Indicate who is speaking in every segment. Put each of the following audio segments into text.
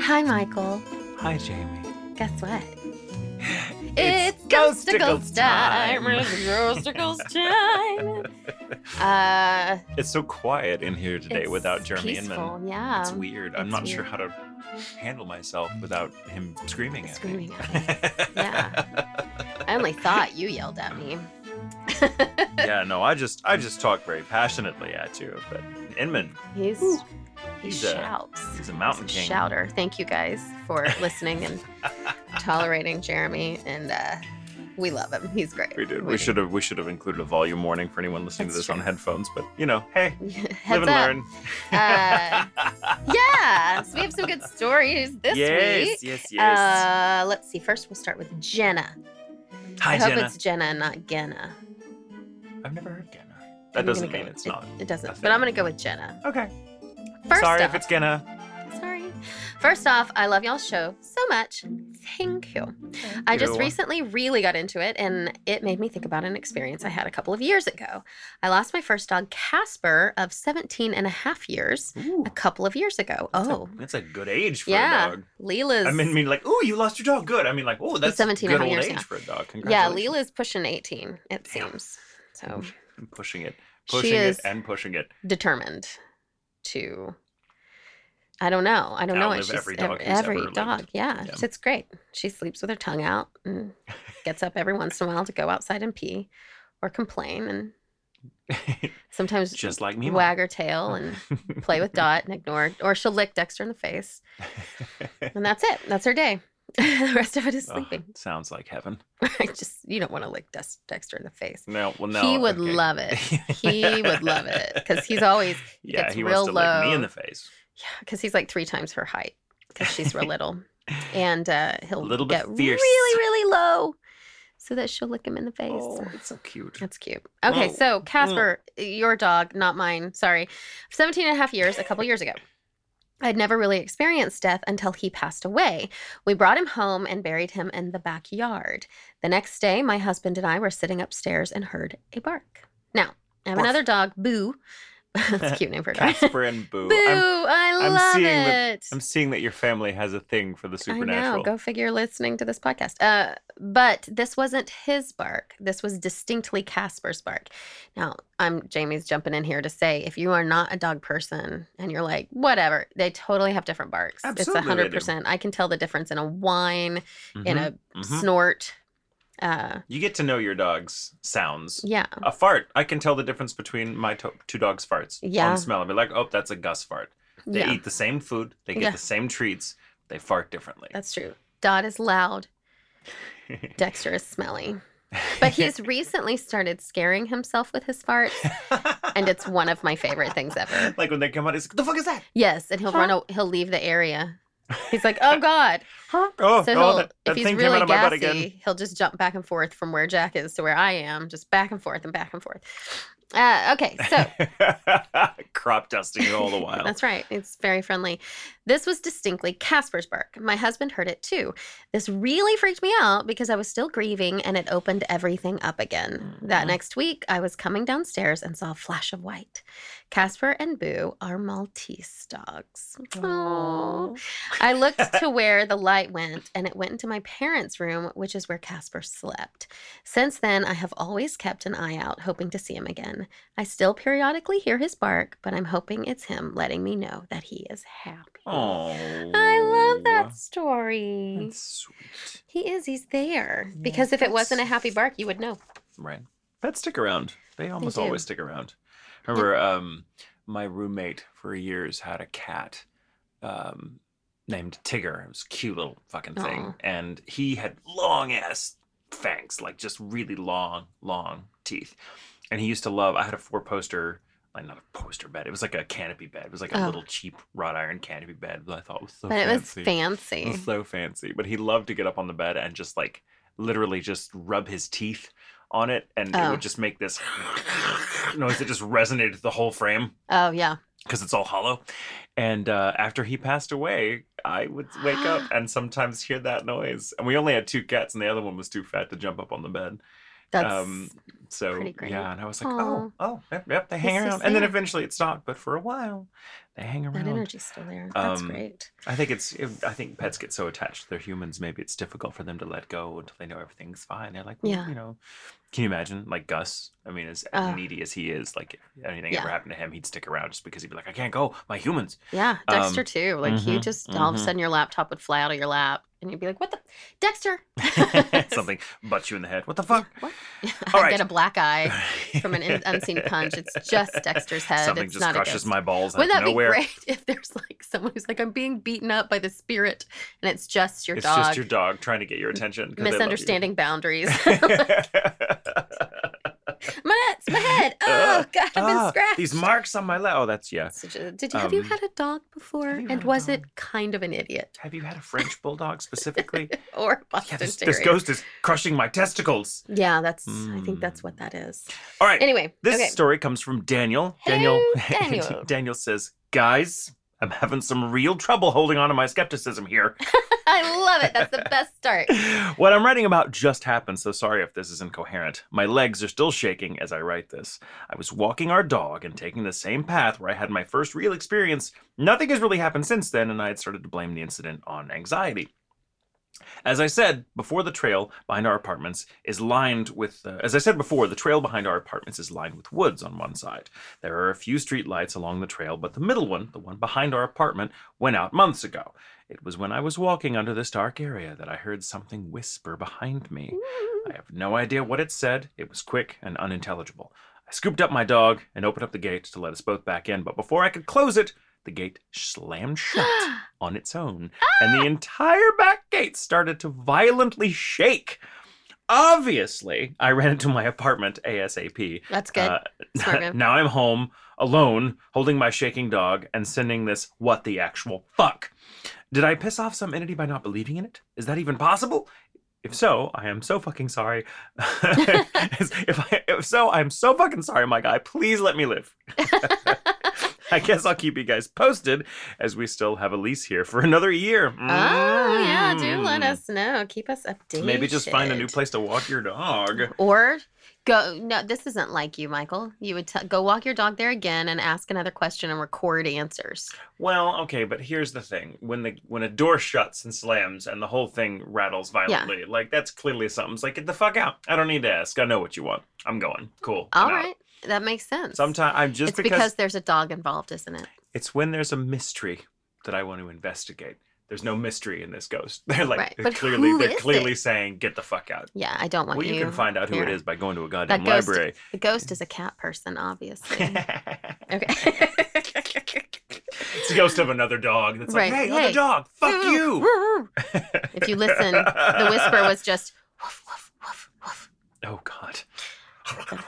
Speaker 1: Hi, Michael.
Speaker 2: Hi, Jamie.
Speaker 1: Guess what?
Speaker 2: It's
Speaker 1: Ghosticles
Speaker 2: Ghosticles time.
Speaker 1: It's Ghosticles time. Uh,
Speaker 2: It's so quiet in here today
Speaker 1: it's
Speaker 2: without Jeremy
Speaker 1: peaceful.
Speaker 2: Inman.
Speaker 1: Yeah.
Speaker 2: It's weird. I'm
Speaker 1: it's
Speaker 2: not sure how to handle myself without him screaming at
Speaker 1: Screaming
Speaker 2: me.
Speaker 1: Yeah. I only thought you yelled at me.
Speaker 2: yeah, no, I just I just talk very passionately at you, but Inman,
Speaker 1: He's
Speaker 2: Woo.
Speaker 1: he
Speaker 2: He's a-
Speaker 1: shouts.
Speaker 2: he's a mountain
Speaker 1: He's a
Speaker 2: king.
Speaker 1: shouter. Thank you guys for listening and tolerating Jeremy, and uh, we love him. He's great.
Speaker 2: We did. We
Speaker 1: do.
Speaker 2: should have we should have included a volume warning for anyone listening to
Speaker 1: That's
Speaker 2: this on headphones, but you know, hey,
Speaker 1: Heads
Speaker 2: live and
Speaker 1: up.
Speaker 2: learn.
Speaker 1: Uh, yeah, so we have some good stories this
Speaker 2: yes,
Speaker 1: week.
Speaker 2: yes, yes.
Speaker 1: Uh, let's see. First, we'll start with Jenna.
Speaker 2: Hi,
Speaker 1: I hope
Speaker 2: Jenna.
Speaker 1: it's Jenna, and not Genna.
Speaker 2: I've never heard Genna.
Speaker 1: I'm
Speaker 2: That
Speaker 1: gonna
Speaker 2: doesn't
Speaker 1: go
Speaker 2: mean
Speaker 1: with-
Speaker 2: it's not.
Speaker 1: It doesn't,
Speaker 2: That's
Speaker 1: but
Speaker 2: it.
Speaker 1: I'm gonna go with Jenna.
Speaker 2: Okay.
Speaker 1: First
Speaker 2: Sorry
Speaker 1: off,
Speaker 2: if it's Genna.
Speaker 1: sorry. First off, I love y'all's show so much. Thank you. I just
Speaker 2: Ew.
Speaker 1: recently really got into it, and it made me think about an experience I had a couple of years ago. I lost my first dog, Casper, of 17 and a half years,
Speaker 2: Ooh,
Speaker 1: a couple of years ago.
Speaker 2: that's a-
Speaker 1: Oh,
Speaker 2: that's a good age for
Speaker 1: yeah.
Speaker 2: a dog.
Speaker 1: Leela's.
Speaker 2: I mean, mean like, oh, you lost your dog. Good. I mean, like, oh, that's
Speaker 1: 17 and a
Speaker 2: good
Speaker 1: half
Speaker 2: old
Speaker 1: years
Speaker 2: age
Speaker 1: now.
Speaker 2: for a dog.
Speaker 1: yeah,
Speaker 2: Congratulations.
Speaker 1: Leela's pushing 18, it
Speaker 2: Damn.
Speaker 1: seems. So
Speaker 2: I'm pushing it, pushing
Speaker 1: she is
Speaker 2: it, and pushing it.
Speaker 1: determined to. I don't know. I don't know what
Speaker 2: Outlive
Speaker 1: she's
Speaker 2: every
Speaker 1: ev-
Speaker 2: dog who's ever
Speaker 1: every
Speaker 2: lived.
Speaker 1: dog. Yeah,
Speaker 2: Yeah.
Speaker 1: it's great. She sleeps with her tongue out and gets up every once in a while to go outside and pee, or complain, and sometimes
Speaker 2: just like me.
Speaker 1: wag her tail and play with Dot and ignore, or she'll lick Dexter in the face, and that's it. That's her day. the rest of it is sleeping.
Speaker 2: sounds like heaven.
Speaker 1: I just you don't want to lick Dex- Dexter in the face.
Speaker 2: No, well, no.
Speaker 1: he would
Speaker 2: okay.
Speaker 1: love it. He would love it because he's always
Speaker 2: yeah,
Speaker 1: gets
Speaker 2: he
Speaker 1: real
Speaker 2: wants to lick me in
Speaker 1: low.
Speaker 2: the face.
Speaker 1: Yeah, because he's like three times her height because she's real little, and uh, he'll
Speaker 2: A little bit
Speaker 1: get
Speaker 2: fierce.
Speaker 1: really, really low, so that she'll lick him in the face.
Speaker 2: Oh, it's so cute.
Speaker 1: That's cute. Okay,
Speaker 2: Oh,
Speaker 1: so Casper, your dog, not mine, sorry, 17 and a half years, a couple years ago. I'd never really experienced death until he passed away. We brought him home and buried him in the backyard. The next day, my husband and I were sitting upstairs and heard a bark. Now, I have
Speaker 2: Bark.
Speaker 1: another dog, Boo. That's a cute name for a dog.
Speaker 2: Casper and Boo.
Speaker 1: Boo,
Speaker 2: I'm,
Speaker 1: i
Speaker 2: I'm
Speaker 1: love
Speaker 2: seeing the-
Speaker 1: it.
Speaker 2: I'm seeing that your family has a thing for the supernatural.
Speaker 1: I know. Go figure listening to this podcast. Uh, but this wasn't his bark. This was distinctly Casper's bark. Now, I'm Jamie's jumping in here to say if you are not a dog person and you're like, whatever, they totally have different barks.
Speaker 2: Absolutely they do.
Speaker 1: it's 100%. I can tell the difference in a whine, in
Speaker 2: Mhm,
Speaker 1: a
Speaker 2: mhm.
Speaker 1: snort. Uh,
Speaker 2: You get to know your dog's sounds.
Speaker 1: yeah.
Speaker 2: A fart, I can tell the difference between my to- two dogs' farts.
Speaker 1: Yeah.
Speaker 2: On smell, I'll be like, oh, that's a Gus fart. They
Speaker 1: yeah.
Speaker 2: eat the same food, they get
Speaker 1: Yeah.
Speaker 2: the same treats, they fart differently.
Speaker 1: That's true. Dot is loud. Dexter is smelly. But he's recently started scaring himself with his farts, and it's one of my favorite things ever.
Speaker 2: like when they come out, it's like, the fuck is that?
Speaker 1: Yes, and he'll run.
Speaker 2: Huh?
Speaker 1: aw- He'll leave the area. He's like, "Oh God!"
Speaker 2: Huh? Oh,
Speaker 1: So
Speaker 2: oh,
Speaker 1: he'll,
Speaker 2: that, that
Speaker 1: if he's
Speaker 2: thing came out
Speaker 1: really
Speaker 2: of my butt again.
Speaker 1: gassy, he'll just jump back and forth from where Jack is to where I am, just back and forth and back and forth. Uh, okay, so
Speaker 2: Crop dusting all the while.
Speaker 1: Oh. That's right. It's very friendly. This was distinctly Casper's bark. My husband heard it too. This really freaked me out because I was still grieving and it opened everything up again. That
Speaker 2: Mhm.
Speaker 1: next week, I was coming downstairs and saw a flash of white. Casper and Boo are Maltese dogs. Aww. I looked to where the light went, and it went into my parents' room, which is where Casper slept. Since then, I have always kept an eye out, hoping to see him again. I still periodically hear his bark, but I'm hoping it's him letting me know that he is happy.
Speaker 2: Oh,
Speaker 1: I love that story.
Speaker 2: That's sweet.
Speaker 1: he is, he's there.
Speaker 2: Yeah,
Speaker 1: because if it wasn't a
Speaker 2: that's-
Speaker 1: happy bark, you would know.
Speaker 2: Right. Pets stick around. They almost
Speaker 1: do.
Speaker 2: always stick around. Remember, um, my roommate for years had a cat um, named Tigger. It was a cute little fucking thing.
Speaker 1: Aw.
Speaker 2: And he had long ass fangs, like just really long, long teeth. And he used to love, I had a four poster, like not a poster bed. It was like a canopy bed. It was like a
Speaker 1: Oh.
Speaker 2: little cheap wrought iron canopy bed that I thought was so
Speaker 1: but it was
Speaker 2: fancy. It
Speaker 1: fancy.
Speaker 2: was so fancy. But he loved to get up on the bed and just like literally just rub his teeth on it and it
Speaker 1: Oh.
Speaker 2: would just make this noise that just resonated the whole frame
Speaker 1: Oh, yeah.
Speaker 2: because it's all hollow. And uh, after he passed away, I would wake up and sometimes hear that noise. And we only had two cats, and the other one was too fat to jump up on the bed.
Speaker 1: That's
Speaker 2: Um, So
Speaker 1: Pretty great.
Speaker 2: yeah, and I was like,
Speaker 1: Aw.
Speaker 2: oh, oh, yep, yep they
Speaker 1: That's
Speaker 2: hang
Speaker 1: so
Speaker 2: around, and then
Speaker 1: sad.
Speaker 2: eventually it stopped. But for a while, they hang
Speaker 1: That
Speaker 2: around.
Speaker 1: energy's still there. That's
Speaker 2: Um,
Speaker 1: great.
Speaker 2: I think it's. It, I think pets get so attached to their humans. Maybe it's difficult for them to let go until they know everything's fine. They're like, well,
Speaker 1: Yeah.
Speaker 2: you know, can you imagine? Like Gus. I mean, as, as
Speaker 1: Ugh.
Speaker 2: needy as he is, like if anything
Speaker 1: Yeah.
Speaker 2: ever happened to him, he'd stick around just because he'd be like, I can't go. My humans.
Speaker 1: Yeah, Dexter
Speaker 2: um,
Speaker 1: too. Like you
Speaker 2: mhm,
Speaker 1: just all of a
Speaker 2: mhm.
Speaker 1: sudden your laptop would fly out of your lap, and you'd be like, "What the, Dexter?"
Speaker 2: Something butts you in the head. What the fuck?
Speaker 1: What? I
Speaker 2: All right.
Speaker 1: get a black eye from an in- unseen punch. It's just Dexter's head.
Speaker 2: Something
Speaker 1: it's
Speaker 2: just
Speaker 1: not a
Speaker 2: crushes
Speaker 1: ghost.
Speaker 2: my balls out
Speaker 1: Wouldn't
Speaker 2: of
Speaker 1: that
Speaker 2: nowhere.
Speaker 1: be great if there's like someone who's like, "I'm being beaten up by the spirit," and it's just your
Speaker 2: it's
Speaker 1: dog
Speaker 2: just your dog trying to get your attention. 'cause they love you.
Speaker 1: misunderstanding boundaries? my, it's my head.
Speaker 2: Uh,
Speaker 1: Oh God, I've been
Speaker 2: Ah,
Speaker 1: scratched.
Speaker 2: These marks on my leg. Oh, that's yeah.
Speaker 1: So ju- Did you have you
Speaker 2: Um,
Speaker 1: had a dog before?
Speaker 2: have you
Speaker 1: And
Speaker 2: had a
Speaker 1: was
Speaker 2: dog?
Speaker 1: it kind of an idiot
Speaker 2: Have you had a French bulldog specifically?
Speaker 1: or a
Speaker 2: yeah,
Speaker 1: Boston
Speaker 2: this,
Speaker 1: Terrier?
Speaker 2: this ghost is crushing my testicles.
Speaker 1: Yeah, that's. I think that's
Speaker 2: Mm.
Speaker 1: what that is.
Speaker 2: All right.
Speaker 1: Anyway,
Speaker 2: this
Speaker 1: okay.
Speaker 2: story comes from Daniel.
Speaker 1: Hello, Daniel.
Speaker 2: Daniel says, guys, I'm having some real trouble holding on to my skepticism here.
Speaker 1: I love it. That's the best start.
Speaker 2: what I'm writing about just happened, so sorry if this is incoherent. My legs are still shaking as I write this. I was walking our dog and taking the same path where I had my first real experience. Nothing has really happened since then, and I had started to blame the incident on anxiety. As I said before, the trail behind our apartments is lined with. Uh, as I said before, the trail behind our apartments is lined with woods on one side. There are a few street lights along the trail, but the middle one, the one behind our apartment, went out months ago. It was when I was walking under this dark area that I heard something whisper behind me. I have no idea what it said. It was quick and unintelligible. I scooped up my dog and opened up the gate to let us both back in, but before I could close it, the gate slammed shut on its own, and the entire back gate started to violently shake. Obviously, I ran into my apartment ASAP.
Speaker 1: That's good.
Speaker 2: Uh,
Speaker 1: Smart move.
Speaker 2: now I'm home alone, holding my shaking dog and sending this what the actual fuck. Did I piss off some entity by not believing in it? Is that even possible? If so, I am so fucking sorry. if, I, if so, I'm so fucking sorry, my guy. Please let me live. I guess I'll keep you guys posted as we still have a lease here for another year.
Speaker 1: oh yeah, do let
Speaker 2: Mm.
Speaker 1: us know. Keep us updated.
Speaker 2: Maybe just find a new place to walk your dog.
Speaker 1: Or go. No, this isn't like you, Michael. You would t- go walk your dog there again and ask another question and record answers.
Speaker 2: Well, okay, but here's the thing: when the when a door shuts and slams and the whole thing rattles violently, like that's clearly something's like get the fuck out. I don't need to ask. I know what you want. I'm going. Cool.
Speaker 1: All right, that makes sense.
Speaker 2: Sometimes I'm just
Speaker 1: it's because, there's a dog involved, isn't it?
Speaker 2: it's when there's a mystery that I want to investigate. There's no mystery in this ghost. They're like
Speaker 1: Right,
Speaker 2: they're
Speaker 1: but
Speaker 2: clearly
Speaker 1: who
Speaker 2: they're
Speaker 1: is
Speaker 2: clearly
Speaker 1: it?
Speaker 2: saying get the fuck out.
Speaker 1: Yeah, I don't want
Speaker 2: Well, you,
Speaker 1: you.
Speaker 2: can find out who it
Speaker 1: there.
Speaker 2: is by going to a goddamn
Speaker 1: ghost-
Speaker 2: library.
Speaker 1: the ghost is a cat person, obviously.
Speaker 2: it's
Speaker 1: okay.
Speaker 2: a ghost of another dog that's
Speaker 1: Right,
Speaker 2: like, hey,
Speaker 1: hey,
Speaker 2: other dog, fuck
Speaker 1: Woo,
Speaker 2: you.
Speaker 1: woo, woo. if you listen, the whisper was just woof woof woof woof.
Speaker 2: Oh God.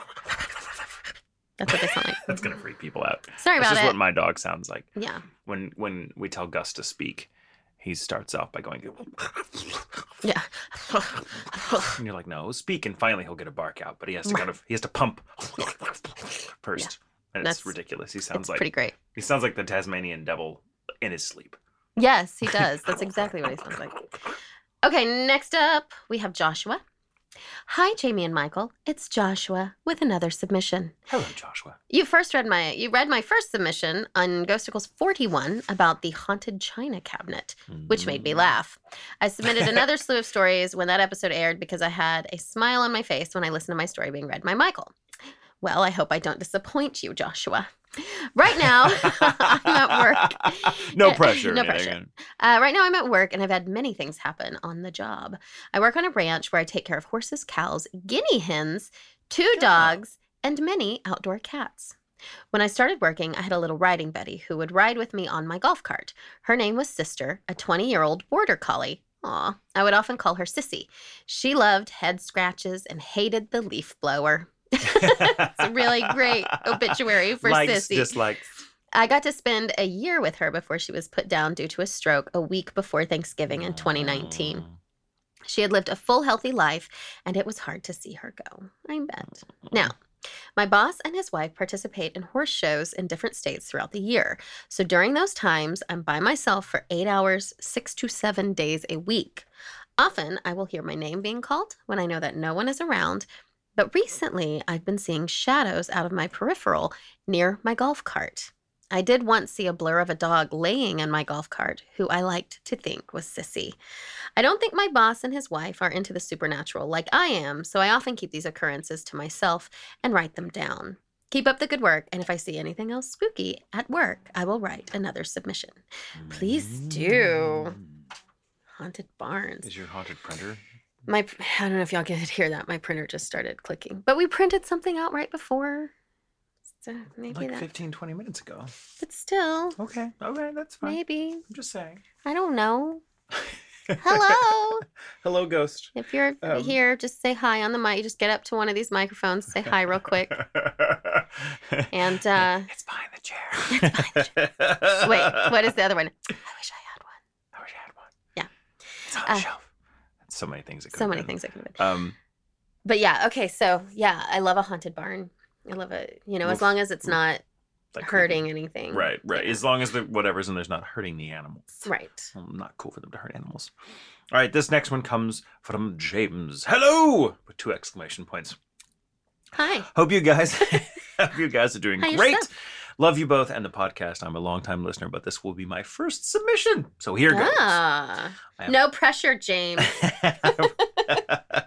Speaker 1: That's what they sound like.
Speaker 2: That's gonna freak people out.
Speaker 1: Sorry
Speaker 2: That's
Speaker 1: about
Speaker 2: just
Speaker 1: it.
Speaker 2: what my dog sounds like.
Speaker 1: yeah,
Speaker 2: When when we tell Gus to speak, he starts off by going
Speaker 1: yeah.
Speaker 2: and you're like, no, speak, and finally he'll get a bark out, but he has to kind of he has to pump first. And it's
Speaker 1: That's-
Speaker 2: ridiculous. He sounds
Speaker 1: it's
Speaker 2: like
Speaker 1: pretty great.
Speaker 2: he sounds like the Tasmanian devil in his sleep.
Speaker 1: Yes, he does. That's exactly what he sounds like. Okay, next up we have Joshua. Hi, Jamie and Michael. It's Joshua with another submission.
Speaker 2: Hello, Joshua.
Speaker 1: You first read my you read my first submission on Ghosticles 41 about the haunted china cabinet, which made me
Speaker 2: Mm.
Speaker 1: laugh. I submitted another slew of stories when that episode aired because I had a smile on my face when I listened to my story being read by Michael. Well, I hope I don't disappoint you, Joshua. Right now, I'm at work.
Speaker 2: no
Speaker 1: Uh,
Speaker 2: pressure.
Speaker 1: no
Speaker 2: yeah,
Speaker 1: pressure.
Speaker 2: yeah.
Speaker 1: Uh, right now, I'm at work and I've had many things happen on the job. I work on a ranch where I take care of horses, cows, guinea hens, two
Speaker 2: Good.
Speaker 1: dogs, and many outdoor cats. When I started working, I had a little riding buddy who would ride with me on my golf cart. Her name was Sister, a 20 year old border collie. Aw, I would often call her Sissy. She loved head scratches and hated the leaf blower. It's a really great obituary for
Speaker 2: Likes,
Speaker 1: Sissy.
Speaker 2: dislikes.
Speaker 1: I got to spend a year with her before she was put down due to a stroke a week before Thanksgiving in 2019. She had lived a full, healthy life, and it was hard to see her go. I bet.
Speaker 2: Mm.
Speaker 1: Now, my boss and his wife participate in horse shows in different states throughout the year. So during those times, I'm by myself for eight hours, six to seven days a week. Often, I will hear my name being called when I know that no one is around. But recently, I've been seeing shadows out of my peripheral near my golf cart. I did once see a blur of a dog laying on my golf cart, who I liked to think was Sissy. I don't think my boss and his wife are into the supernatural like I am, so I often keep these occurrences to myself and write them down. Keep up the good work, and if I see anything else spooky at work, I will write another submission. Please do. Haunted Barns.
Speaker 2: Mm. Is your haunted printer?
Speaker 1: My I don't know if y'all can hear that. My printer just started clicking. But we printed something out right before. So maybe
Speaker 2: Like
Speaker 1: that.
Speaker 2: 15, 20 minutes ago.
Speaker 1: But still,
Speaker 2: Okay. Okay, that's fine.
Speaker 1: maybe.
Speaker 2: I'm just saying.
Speaker 1: I don't know. Hello.
Speaker 2: Hello, ghost.
Speaker 1: if you're
Speaker 2: Um,
Speaker 1: here, just say hi on the mic. You just get up to one of these microphones, say hi real quick. And uh
Speaker 2: it's behind the chair. It's behind the chair.
Speaker 1: wait, what is the other one? I wish I had one.
Speaker 2: I wish I had one.
Speaker 1: Yeah.
Speaker 2: It's on
Speaker 1: Uh,
Speaker 2: the shelf. So many things. It could
Speaker 1: So
Speaker 2: have
Speaker 1: many
Speaker 2: been.
Speaker 1: things I could have
Speaker 2: Um,
Speaker 1: But yeah, okay, so yeah, I love a haunted barn. I love it. You know, as
Speaker 2: Oof.
Speaker 1: long as it's
Speaker 2: Oof.
Speaker 1: not
Speaker 2: like
Speaker 1: hurting anything.
Speaker 2: Right, right.
Speaker 1: Yeah.
Speaker 2: As long as the whatever's in there's not hurting the animals.
Speaker 1: Right.
Speaker 2: Well, not cool for them to hurt animals. All right, this next one comes from James. Hello! With two exclamation points.
Speaker 1: Hi.
Speaker 2: Hope you guys, hope you guys are doing
Speaker 1: Hi,
Speaker 2: great.
Speaker 1: yourself.
Speaker 2: Love you both and the podcast. I'm a longtime listener, but this will be my first submission. So here
Speaker 1: Ah.
Speaker 2: I am-
Speaker 1: No pressure, James.
Speaker 2: goes.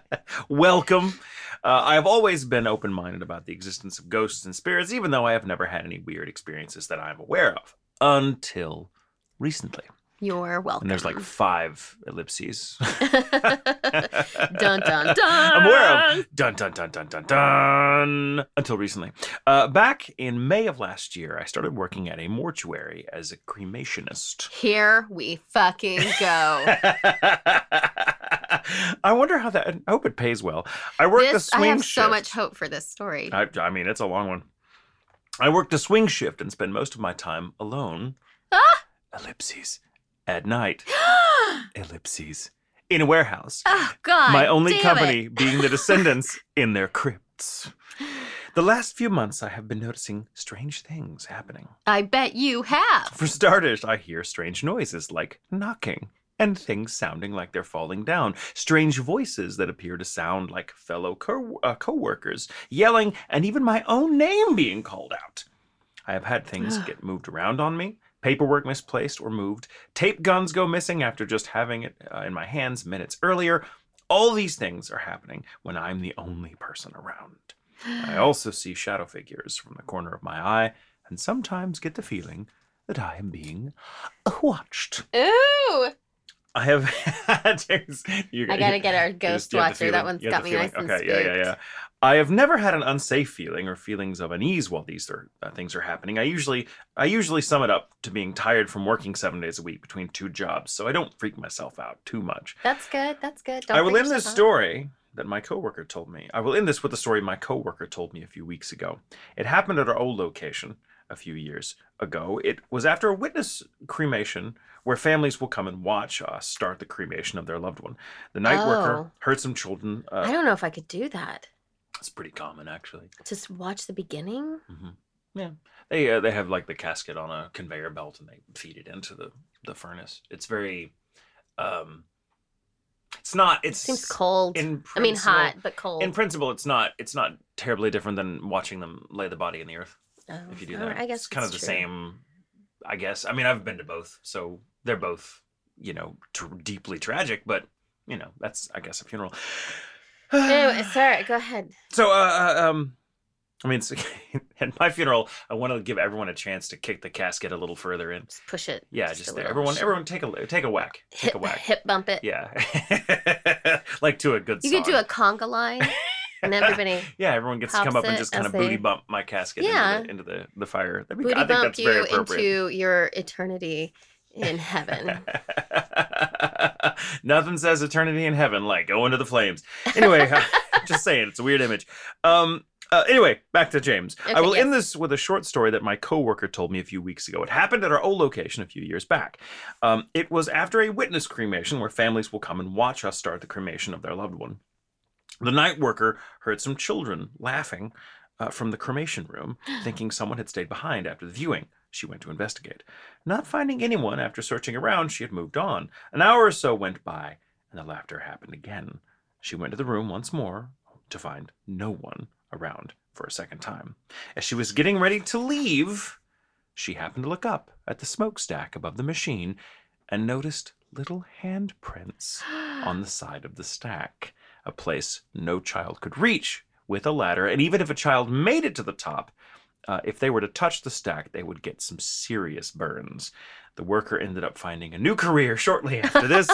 Speaker 2: Welcome. Uh, I have always been open minded about the existence of ghosts and spirits, even though I have never had any weird experiences that I'm aware of until recently.
Speaker 1: You're welcome.
Speaker 2: And there's like five ellipses.
Speaker 1: dun dun dun.
Speaker 2: I'm aware of dun dun dun dun dun dun until recently. Uh, back in May of last year, I started working at a mortuary as a cremationist.
Speaker 1: Here we fucking go.
Speaker 2: I wonder how that. I hope it pays well. I worked
Speaker 1: this
Speaker 2: a swing
Speaker 1: I have
Speaker 2: shift.
Speaker 1: so much hope for this story.
Speaker 2: I, I mean, it's a long one. I worked a swing shift and spend most of my time alone.
Speaker 1: Ah!
Speaker 2: Ellipses at night. Ellipses in a warehouse.
Speaker 1: oh God.
Speaker 2: my only
Speaker 1: damn it.
Speaker 2: company being the descendants in their crypts. The last few months, I have been noticing strange things happening.
Speaker 1: I bet you have.
Speaker 2: For starters, I hear strange noises like knocking and things sounding like they're falling down, strange voices that appear to sound like fellow co uh, workers yelling, and even my own name being called out. I have had things get moved around on me, paperwork misplaced or moved, tape guns go missing after just having it uh, in my hands minutes earlier. All these things are happening when I'm the only person around. I also see shadow figures from the corner of my eye and sometimes get the feeling that I am being watched.
Speaker 1: Ooh.
Speaker 2: I have had you,
Speaker 1: I gotta get our
Speaker 2: you just-
Speaker 1: ghost
Speaker 2: you have the
Speaker 1: watcher. That
Speaker 2: feeling.
Speaker 1: one's
Speaker 2: You have
Speaker 1: got
Speaker 2: the
Speaker 1: me
Speaker 2: feeling.
Speaker 1: nice and
Speaker 2: Okay, yeah, yeah, yeah. I have never had an unsafe feeling or feelings of unease while these are, uh, things are happening. I usually I usually sum it up to being tired from working 7 days a week between two jobs, so I don't freak myself out too much.
Speaker 1: That's good. That's good. Don't
Speaker 2: I will
Speaker 1: freak
Speaker 2: end this
Speaker 1: yourself out.
Speaker 2: story that my coworker told me. I will end this with a story my coworker told me a few weeks ago. It happened at our old location a few years ago. It was after a witness cremation where families will come and watch us start the cremation of their loved one. The night worker
Speaker 1: Oh.
Speaker 2: heard some children.
Speaker 1: I
Speaker 2: Uh,
Speaker 1: don't know if I could do that.
Speaker 2: it's pretty common actually.
Speaker 1: Just watch the beginning.
Speaker 2: hmm Yeah, they uh, they have like the casket on a conveyor belt and they feed it into the the furnace. It's very, um, it's not. It's
Speaker 1: Seems cold.
Speaker 2: in
Speaker 1: I mean,
Speaker 2: principle-
Speaker 1: hot but cold.
Speaker 2: in principle, it's not it's not terribly different than watching them lay the body in the earth.
Speaker 1: Oh,
Speaker 2: If you do
Speaker 1: all
Speaker 2: that,
Speaker 1: right, I guess
Speaker 2: it's kind of the
Speaker 1: that's true.
Speaker 2: same. I guess. I mean, I've been to both, so they're both you know tr deeply tragic, but you know that's I guess a funeral.
Speaker 1: Anyway, sorry. Go ahead.
Speaker 2: so, uh, uh, um, I mean, it's, at my funeral, I want to give everyone a chance to kick the casket a little further in.
Speaker 1: Just push it.
Speaker 2: Yeah,
Speaker 1: just
Speaker 2: just
Speaker 1: a
Speaker 2: there.
Speaker 1: little.
Speaker 2: Everyone, everyone, take a take a whack, take
Speaker 1: hip,
Speaker 2: a whack.
Speaker 1: hip bump it.
Speaker 2: Yeah, like to a good.
Speaker 1: You
Speaker 2: song.
Speaker 1: could do a conga line, and everybody
Speaker 2: Yeah, everyone gets to
Speaker 1: Pops
Speaker 2: come up and
Speaker 1: it
Speaker 2: just kind
Speaker 1: as
Speaker 2: of
Speaker 1: they-
Speaker 2: booty bump my casket
Speaker 1: Yeah.
Speaker 2: into, the, into the the fire. That'd be,
Speaker 1: booty
Speaker 2: I think
Speaker 1: bump
Speaker 2: that's very
Speaker 1: you
Speaker 2: appropriate.
Speaker 1: into your eternity in heaven.
Speaker 2: Nothing says eternity in heaven like go into the flames. Anyway, just saying, it's a weird image. Um. Uh, anyway, back to James. I
Speaker 1: Okay,
Speaker 2: will
Speaker 1: yes.
Speaker 2: end this with a short story that my coworker told me a few weeks ago. It happened at our old location a few years back. Um, it was after a witness cremation where families will come and watch us start the cremation of their loved one. The night worker heard some children laughing uh, from the cremation room, thinking someone had stayed behind after the viewing. She went to investigate. Not finding anyone after searching around, she had moved on. An hour or so went by, and the laughter happened again. She went to the room once more, to find no one around for a second time. As she was getting ready to leave, she happened to look up at the smokestack above the machine and noticed little handprints on the side of the stack, a place no child could reach with a ladder. And even if a child made it to the top, uh, if they were to touch the stack, they would get some serious burns. The worker ended up finding a new career shortly after this.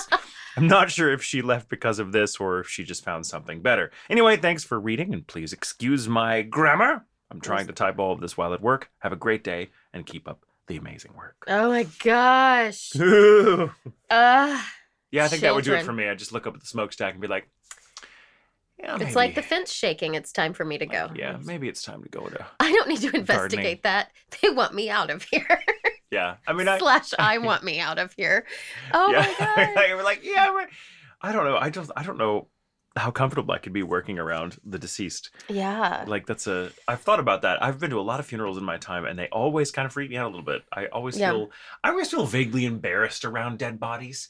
Speaker 2: I'm not sure if she left because of this or if she just found something better. Anyway, thanks for reading and please excuse my grammar. I'm trying to type all of this while at work. Have a great day and keep up the amazing work.
Speaker 1: Oh my gosh.
Speaker 2: Ooh.
Speaker 1: Uh,
Speaker 2: Yeah, I think that would do it
Speaker 1: Children.
Speaker 2: for me. I'd just look up at the smokestack and be like, yeah,
Speaker 1: it's like the
Speaker 2: maybe-
Speaker 1: fence shaking. It's time for me to go.
Speaker 2: Yeah, maybe it's time to go to.
Speaker 1: I don't need to
Speaker 2: Gardening.
Speaker 1: investigate that. They want me out of here.
Speaker 2: Yeah, I mean, I.
Speaker 1: Slash, I want me out of here. Oh
Speaker 2: yeah,
Speaker 1: my god.
Speaker 2: we're like, yeah, we're, I don't know. I just, I don't know how comfortable I could be working around the deceased.
Speaker 1: Yeah.
Speaker 2: Like that's a. I've thought about that. I've been to a lot of funerals in my time, and they always kind of freak me out a little bit. I always
Speaker 1: Yeah.
Speaker 2: feel, I always feel vaguely embarrassed around dead bodies.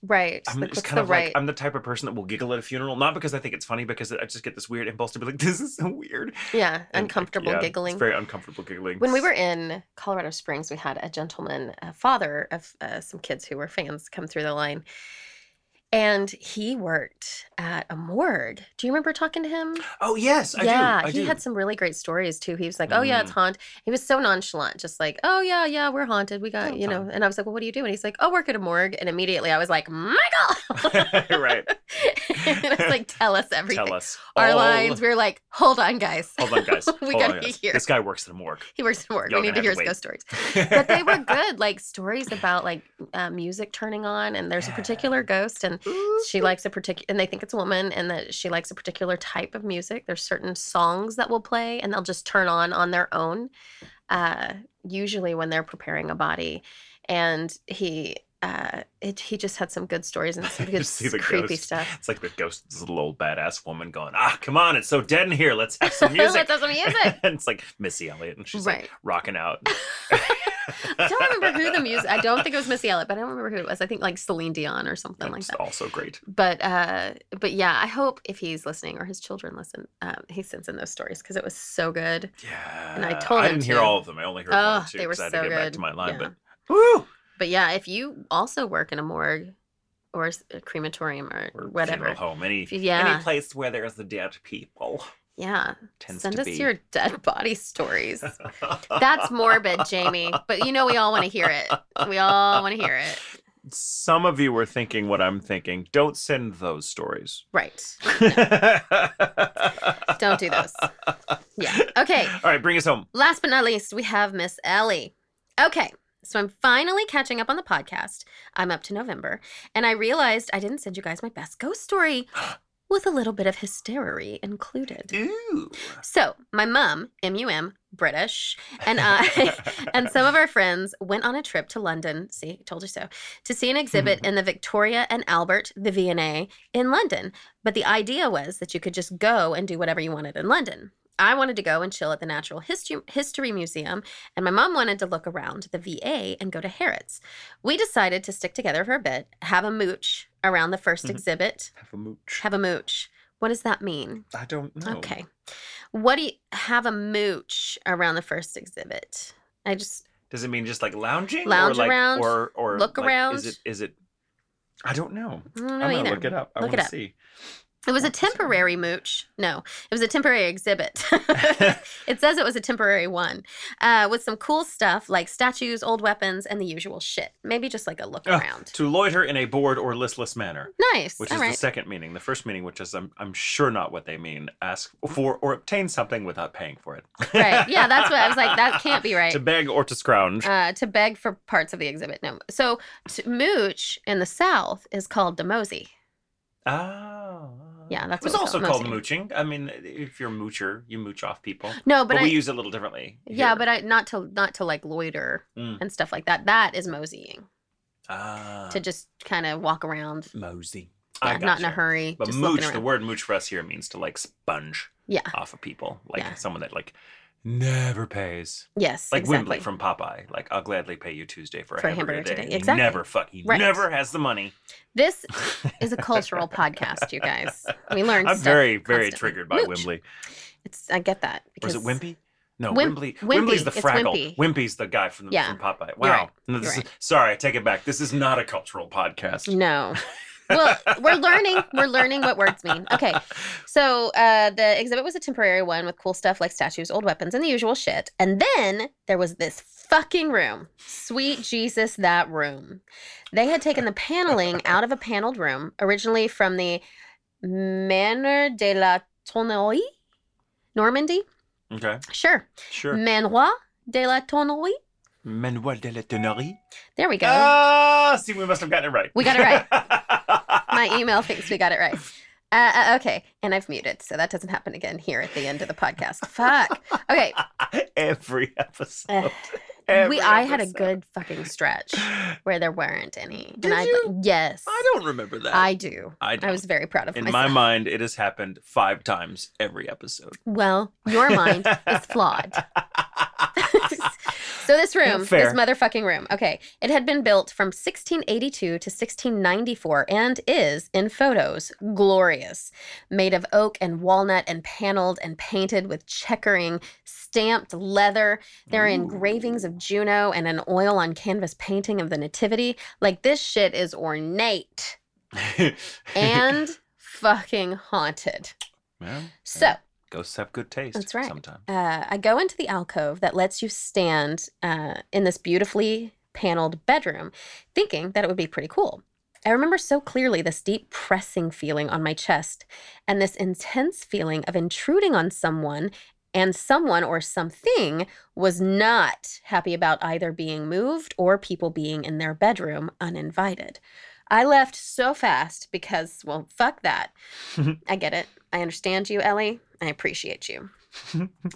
Speaker 1: Right.
Speaker 2: I'm
Speaker 1: like,
Speaker 2: just
Speaker 1: what's
Speaker 2: kind
Speaker 1: the
Speaker 2: of
Speaker 1: right?
Speaker 2: like, I'm the type of person that will giggle at a funeral, not because I think it's funny, because I just get this weird impulse to be like, this is so weird.
Speaker 1: yeah.
Speaker 2: And, like,
Speaker 1: Uncomfortable
Speaker 2: yeah, it's
Speaker 1: giggling.
Speaker 2: very uncomfortable giggling.
Speaker 1: When we were in Colorado Springs, we had a gentleman, a father of uh, some kids who were fans, come through the line. And he worked at a morgue. Do you remember talking to him?
Speaker 2: Oh yes, I
Speaker 1: yeah,
Speaker 2: do. I
Speaker 1: he
Speaker 2: do.
Speaker 1: had some really great stories too. He was like, "Oh yeah, it's
Speaker 2: Mm.
Speaker 1: haunted." He was so nonchalant, just like, "Oh yeah, yeah, we're haunted. We got
Speaker 2: Oh,
Speaker 1: you know."
Speaker 2: fun.
Speaker 1: And I was like, "Well, what do you do?" And he's like, "Oh, work at a morgue." And immediately, I was like, "Michael!"
Speaker 2: right.
Speaker 1: and I was like, "Tell us everything."
Speaker 2: Tell us.
Speaker 1: Our
Speaker 2: all-
Speaker 1: lines. We were like, "Hold on, guys.
Speaker 2: Hold on, guys.
Speaker 1: we
Speaker 2: Hold on,
Speaker 1: gotta be
Speaker 2: guys.
Speaker 1: here."
Speaker 2: This guy works in a morgue.
Speaker 1: He works in work.
Speaker 2: Y'all
Speaker 1: we need to
Speaker 2: gonna
Speaker 1: hear
Speaker 2: have
Speaker 1: his
Speaker 2: to
Speaker 1: ghost stories." But they were good, like stories about like uh, music turning on, and there's a
Speaker 2: Yeah.
Speaker 1: particular ghost, and she likes a particular and they think it's a woman and that she likes a particular type of music there's certain songs that will play and they'll just turn on on their own uh, usually when they're preparing a body and he uh, it, he just had some good stories and some good
Speaker 2: See the
Speaker 1: creepy
Speaker 2: ghost.
Speaker 1: stuff
Speaker 2: It's like the ghost, this little old badass woman going, ah, come on, it's so dead in here. Let's have some music.
Speaker 1: Let's have some music.
Speaker 2: and it's like Missy Elliott, and she's like
Speaker 1: right
Speaker 2: rocking out.
Speaker 1: i don't remember who the music i don't think it was missy elliott but i don't remember who it was i think like celine dion or something like
Speaker 2: That's
Speaker 1: that
Speaker 2: also great.
Speaker 1: but uh but yeah i hope if he's listening or his children listen um, he sends in those stories because it was so good
Speaker 2: Yeah.
Speaker 1: I told
Speaker 2: I
Speaker 1: him
Speaker 2: didn't hear
Speaker 1: to.
Speaker 2: all of them. I only heard
Speaker 1: Oh,
Speaker 2: one or two
Speaker 1: they were
Speaker 2: 'cause I had
Speaker 1: so
Speaker 2: to get back
Speaker 1: good.
Speaker 2: to my line.
Speaker 1: Yeah.
Speaker 2: But woo!
Speaker 1: But yeah, if you also work in a morgue or s- a crematorium or,
Speaker 2: Or
Speaker 1: whatever,
Speaker 2: funeral home. Any,
Speaker 1: If you- yeah,
Speaker 2: any place where there's the dead people
Speaker 1: yeah,
Speaker 2: tends
Speaker 1: send
Speaker 2: to
Speaker 1: us
Speaker 2: be.
Speaker 1: your dead body stories. That's morbid, Jamie, but you know we all want to hear it. We all want to hear it,
Speaker 2: Some of you were thinking what I'm thinking. Don't send those stories.
Speaker 1: right?
Speaker 2: All
Speaker 1: Don't do those. Yeah. Okay.
Speaker 2: right, bring us home.
Speaker 1: Last but not least, we have Miss Ellie. Okay, so I'm finally catching up on the podcast. I'm up to November, and I realized I didn't send you guys my best ghost story, with a little bit of hysteria included.
Speaker 2: Ooh.
Speaker 1: So, my mum, MUM, British, and I and some of our friends went on a trip to London, see, told you so, to see an exhibit in the Victoria and Albert, the V&A in London. But the idea was that you could just go and do whatever you wanted in London. I wanted to go and chill at the Natural History, History Museum, and my mom wanted to look around the VA and go to Harrods. We decided to stick together for a bit, have a mooch around the 1st
Speaker 2: Mhm.
Speaker 1: exhibit.
Speaker 2: Have a mooch.
Speaker 1: Have a mooch. What does that mean?
Speaker 2: I don't know.
Speaker 1: Okay. What do you have a mooch around the first exhibit? I just
Speaker 2: Does it mean just like lounging?
Speaker 1: Lounge
Speaker 2: or like,
Speaker 1: around,
Speaker 2: Or, or
Speaker 1: look
Speaker 2: like,
Speaker 1: around.
Speaker 2: Is it, is it, I don't know.
Speaker 1: I don't know
Speaker 2: I'm going
Speaker 1: either.
Speaker 2: to look it up. I
Speaker 1: Look
Speaker 2: want
Speaker 1: it
Speaker 2: to
Speaker 1: up.
Speaker 2: see.
Speaker 1: It was a
Speaker 2: What's it?
Speaker 1: temporary mooch. No, it was a temporary exhibit. it says it was a temporary one uh, with some cool stuff like statues, old weapons, and the usual shit. Maybe just like a look
Speaker 2: Ah.
Speaker 1: around.
Speaker 2: To loiter in a bored or listless manner,
Speaker 1: Nice.
Speaker 2: which
Speaker 1: All
Speaker 2: is the
Speaker 1: right.
Speaker 2: second meaning. The first meaning, which is I'm, I'm sure not what they mean, ask for or obtain something without paying for it.
Speaker 1: right. Yeah, that's what I was like. That can't be right.
Speaker 2: to beg or to scrounge.
Speaker 1: uh, to beg for parts of the exhibit. No. So to mooch in the South is called demosy.
Speaker 2: Oh.
Speaker 1: Yeah, that's
Speaker 2: it's
Speaker 1: what
Speaker 2: also
Speaker 1: I'm
Speaker 2: called
Speaker 1: saying.
Speaker 2: mooching. I mean, if you're a moocher, you mooch off people.
Speaker 1: No,
Speaker 2: But,
Speaker 1: but, I,
Speaker 2: we use it a little differently.
Speaker 1: yeah, but I not to not to like loiter
Speaker 2: Mm.
Speaker 1: and stuff like that. That is moseying
Speaker 2: ah,
Speaker 1: to just kind of walk around,
Speaker 2: mosey.
Speaker 1: yeah,
Speaker 2: I
Speaker 1: not in a
Speaker 2: gotcha.
Speaker 1: hurry.
Speaker 2: But
Speaker 1: just looking
Speaker 2: mooch, the
Speaker 1: around.
Speaker 2: word mooch for us here means to like sponge
Speaker 1: Yeah.
Speaker 2: off of people, like
Speaker 1: Yeah.
Speaker 2: someone that like never pays.
Speaker 1: Yes,
Speaker 2: Like
Speaker 1: exactly.
Speaker 2: Wimbley from Popeye. Like, I'll gladly pay you Tuesday for a
Speaker 1: For a
Speaker 2: hamburger,
Speaker 1: hamburger
Speaker 2: today.
Speaker 1: today.
Speaker 2: He
Speaker 1: Exactly.
Speaker 2: never fucking
Speaker 1: Right.
Speaker 2: never has the money.
Speaker 1: this is a cultural podcast, you guys. We learn
Speaker 2: I'm
Speaker 1: stuff
Speaker 2: very, very
Speaker 1: constantly.
Speaker 2: triggered by
Speaker 1: Mooch.
Speaker 2: Wimbley.
Speaker 1: It's I get that
Speaker 2: Or
Speaker 1: because
Speaker 2: is it Wimpy? No,
Speaker 1: Wim-
Speaker 2: Wimbley.
Speaker 1: Wimpy.
Speaker 2: Wimbley's the
Speaker 1: It's Wimpy.
Speaker 2: Fraggle. Wimpy's the guy from, the,
Speaker 1: Yeah.
Speaker 2: from Popeye. Wow.
Speaker 1: You're right.
Speaker 2: No, this
Speaker 1: You're
Speaker 2: is- sorry, I take it back. This is not a cultural podcast.
Speaker 1: No. Well, we're learning. We're learning what words mean. Okay. So uh, the exhibit was a temporary one with cool stuff like statues, old weapons, and the usual shit. And then there was this fucking room. Sweet Jesus, that room. They had taken the paneling out of a paneled room, originally from the Manor de la Tonnerie, Normandy.
Speaker 2: Okay,
Speaker 1: Sure.
Speaker 2: sure.
Speaker 1: Manoir de la Tonnerie.
Speaker 2: Manuel de la Tonnerie.
Speaker 1: There we go.
Speaker 2: Ah, see, we must have gotten it right.
Speaker 1: We got it right.
Speaker 2: right.
Speaker 1: My e email thinks we got it right. Uh, uh, okay, and I've muted, so that doesn't happen again here at the end of the podcast. Fuck. Okay,
Speaker 2: Every episode.
Speaker 1: Ugh.
Speaker 2: Every
Speaker 1: we I had a
Speaker 2: episode.
Speaker 1: good fucking stretch where there weren't any.
Speaker 2: Did
Speaker 1: I
Speaker 2: you?
Speaker 1: yes,
Speaker 2: I don't remember that.
Speaker 1: I do.
Speaker 2: I,
Speaker 1: I was very proud of
Speaker 2: In my
Speaker 1: myself.
Speaker 2: mind, it has happened five times every episode.
Speaker 1: well, your mind is flawed. so this room,
Speaker 2: Fair.
Speaker 1: this motherfucking room. Okay, it had been built from 1682 to 1694 and is, in photos, glorious. Made of oak and walnut and paneled and painted with checkering, stamped leather. There are
Speaker 2: Ooh.
Speaker 1: engravings of Juno and an oil on canvas painting of the Nativity. Like this shit is ornate and fucking haunted.
Speaker 2: well,
Speaker 1: So.
Speaker 2: ghosts have good taste.
Speaker 1: That's right.
Speaker 2: Sometimes.
Speaker 1: uh, I go into the alcove that lets you stand uh, in this beautifully paneled bedroom, thinking that it would be pretty cool. I remember so clearly this deep pressing feeling on my chest and this intense feeling of intruding on someone, and someone or something was not happy about either being moved or people being in their bedroom uninvited. I left so fast because, well, fuck that. I get it. I understand you, Ellie. I appreciate you.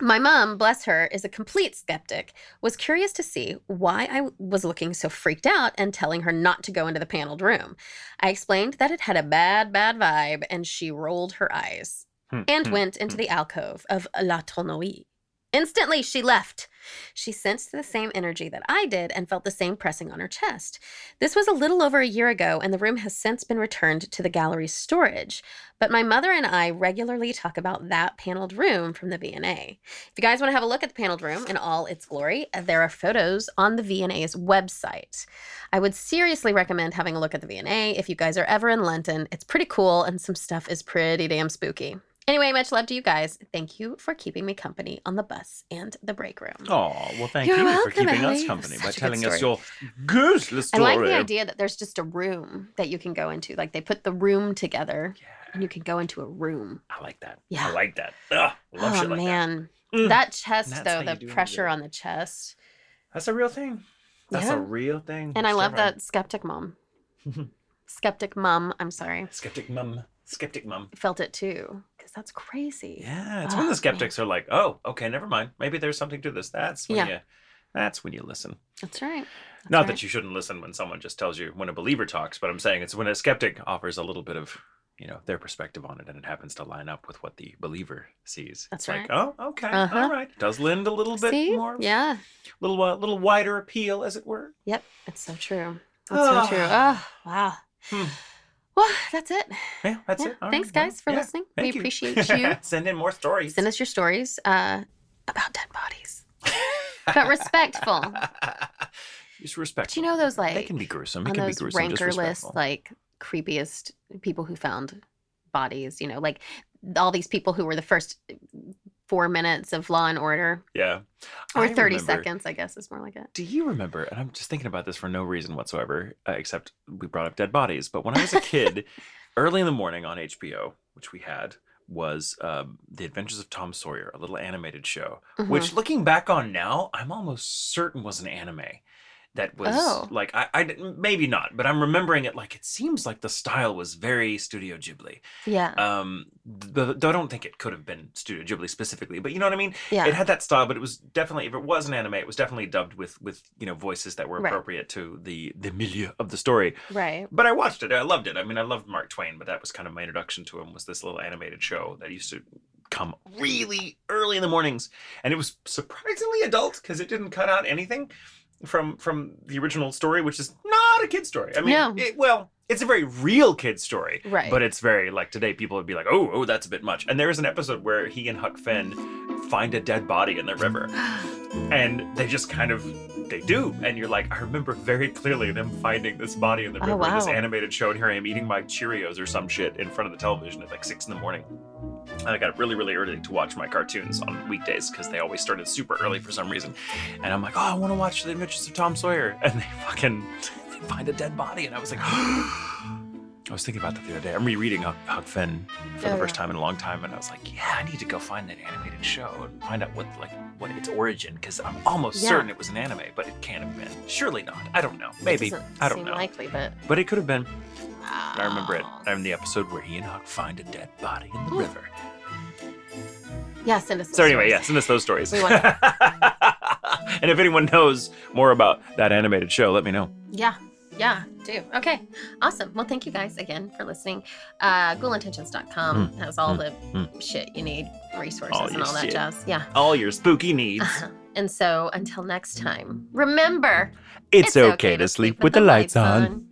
Speaker 1: My mom, bless her, is a complete skeptic, was curious to see why I was looking so freaked out and telling her not to go into the paneled room. I explained that it had a bad, bad vibe, and she rolled her eyes
Speaker 2: Hmm.
Speaker 1: and went into the alcove of La Tournois. Instantly, she left. She sensed the same energy that I did and felt the same pressing on her chest. This was a little over a year ago, and the room has since been returned to the gallery's storage. But my mother and I regularly talk about that paneled room from the V&A. If you guys want to have a look at the paneled room in all its glory, uh, there are photos on the V&A's website. I would seriously recommend having a look at the V&A if you guys are ever in London. It's pretty cool, and some stuff is pretty damn spooky. Anyway, much love to you guys. Thank you for keeping me company on the bus and the break room.
Speaker 2: Oh, well, thank
Speaker 1: You're
Speaker 2: you for
Speaker 1: welcome,
Speaker 2: keeping
Speaker 1: Ellie.
Speaker 2: us company by
Speaker 1: Such a good
Speaker 2: telling us
Speaker 1: story.
Speaker 2: your ghostly
Speaker 1: I
Speaker 2: story.
Speaker 1: like the idea that there's just a room that you can go into. Like they put the room together and you can go into a room.
Speaker 2: I like that.
Speaker 1: Yeah.
Speaker 2: I like that. Ugh, love
Speaker 1: oh
Speaker 2: shit like that.
Speaker 1: man.
Speaker 2: Mm.
Speaker 1: That chest
Speaker 2: That's
Speaker 1: though,
Speaker 2: how you
Speaker 1: the
Speaker 2: do it.
Speaker 1: pressure on the chest.
Speaker 2: That's a real thing. That's
Speaker 1: Yeah.
Speaker 2: a real thing.
Speaker 1: And I
Speaker 2: It's
Speaker 1: love
Speaker 2: terrifying.
Speaker 1: that skeptic mom. skeptic mom, I'm sorry.
Speaker 2: Skeptic mum. Skeptic mum.
Speaker 1: Felt it too. Because that's crazy.
Speaker 2: Yeah, it's when
Speaker 1: Oh,
Speaker 2: the
Speaker 1: man.
Speaker 2: skeptics are like, "Oh, okay, never mind. Maybe there's something to this." That's when
Speaker 1: Yeah.
Speaker 2: you, that's when you listen.
Speaker 1: That's right. That's
Speaker 2: Not
Speaker 1: right.
Speaker 2: that you shouldn't listen when someone just tells you when a believer talks, but I'm saying it's when a skeptic offers a little bit of, you know, their perspective on it, and it happens to line up with what the believer sees.
Speaker 1: That's
Speaker 2: it's Like, oh, okay, all
Speaker 1: Uh-huh.
Speaker 2: right. Does lend a little bit
Speaker 1: See?
Speaker 2: more,
Speaker 1: Yeah.
Speaker 2: little uh, little wider appeal, as it were.
Speaker 1: Yep. It's so true. That's
Speaker 2: Ah.
Speaker 1: so true. Oh, wow.
Speaker 2: Hmm.
Speaker 1: Well, that's it.
Speaker 2: Yeah, that's
Speaker 1: Yeah.
Speaker 2: it. All
Speaker 1: Thanks,
Speaker 2: right, well,
Speaker 1: guys, for
Speaker 2: yeah,
Speaker 1: listening. We
Speaker 2: thank you.
Speaker 1: appreciate you.
Speaker 2: Send in more stories.
Speaker 1: Send us your stories uh, about dead bodies, but respectful.
Speaker 2: Just respect.
Speaker 1: Do you know those
Speaker 2: They
Speaker 1: like
Speaker 2: can be gruesome.
Speaker 1: on
Speaker 2: It can be
Speaker 1: those
Speaker 2: gruesome.
Speaker 1: ranker
Speaker 2: just
Speaker 1: lists,
Speaker 2: respectful.
Speaker 1: like creepiest people who found bodies? You know, like all these people who were the first eh, four minutes of Law and Order,
Speaker 2: yeah.
Speaker 1: or
Speaker 2: I
Speaker 1: thirty
Speaker 2: remember-
Speaker 1: seconds, I guess is more like it.
Speaker 2: Do you remember? And I'm just thinking about this for no reason whatsoever, uh, except we brought up dead bodies. But when I was a kid, early in the morning on HBO, which we had, was um, The Adventures of Tom Sawyer, a little animated show,
Speaker 1: Mhm.
Speaker 2: which looking back on now, I'm almost certain was an anime. That was
Speaker 1: Oh.
Speaker 2: like I, I didn't- maybe not, but I'm remembering it like it seems like the style was very Studio Ghibli.
Speaker 1: yeah,
Speaker 2: Um, th- though I don't think it could have been Studio Ghibli specifically, but you know what I mean.
Speaker 1: yeah,
Speaker 2: It had that style, but it was definitely if it was an anime, it was definitely dubbed with with you know voices that were
Speaker 1: Right.
Speaker 2: appropriate to the the milieu of the story.
Speaker 1: right.
Speaker 2: But I watched it. I loved it. I mean, I loved Mark Twain, but that was kind of my introduction to him was this little animated show that used to come really early in the mornings, and it was surprisingly adult because it didn't cut out anything from from the original story, which is not a kid story. I mean,
Speaker 1: No.
Speaker 2: it, well, it's a very real kid story,
Speaker 1: Right.
Speaker 2: But it's very like today people would be like, oh, oh, that's a bit much. And there is an episode where he and Huck Finn find a dead body in the river, and they just kind of they do, and you're like, I remember very clearly them finding this body in the
Speaker 1: Oh,
Speaker 2: river in this
Speaker 1: wow.
Speaker 2: animated show, and here I am eating my Cheerios or some shit in front of the television at like six in the morning. And I got up really, really early to watch my cartoons on weekdays because they always started super early for some reason. And I'm like, oh, I want to watch The Adventures of Tom Sawyer. And they fucking they find a dead body. And I was like, I was thinking about that the other day. I'm rereading Huck, Huck Finn for
Speaker 1: Oh,
Speaker 2: the first
Speaker 1: yeah.
Speaker 2: time in a long time. And I was like, yeah, I need to go find that animated show and find out what, like, what its origin, because I'm almost
Speaker 1: Yeah.
Speaker 2: certain it was an anime, but it can't have been. Surely not. I don't know. Maybe.
Speaker 1: Doesn't
Speaker 2: I don't
Speaker 1: seem
Speaker 2: know.
Speaker 1: likely, but oh.
Speaker 2: but it could have been.
Speaker 1: wow.
Speaker 2: I remember it. I'm in the episode where he and Huck find a dead body in the
Speaker 1: Hmm.
Speaker 2: river.
Speaker 1: Yeah, send us.
Speaker 2: So
Speaker 1: those
Speaker 2: anyway, yeah,
Speaker 1: stories.
Speaker 2: send us those stories.
Speaker 1: We
Speaker 2: and if anyone knows more about that animated show, let me know.
Speaker 1: Yeah. Yeah, do. Okay. Awesome. Well, thank you guys again for listening. Uh, ghoulintentions.com has all the shit you need, resources,
Speaker 2: Hmm, All
Speaker 1: and
Speaker 2: your
Speaker 1: all that
Speaker 2: shit.
Speaker 1: jazz. Yeah.
Speaker 2: All your spooky needs.
Speaker 1: And so until next time, remember
Speaker 2: It's, okay, to sleep with the lights on.
Speaker 1: on.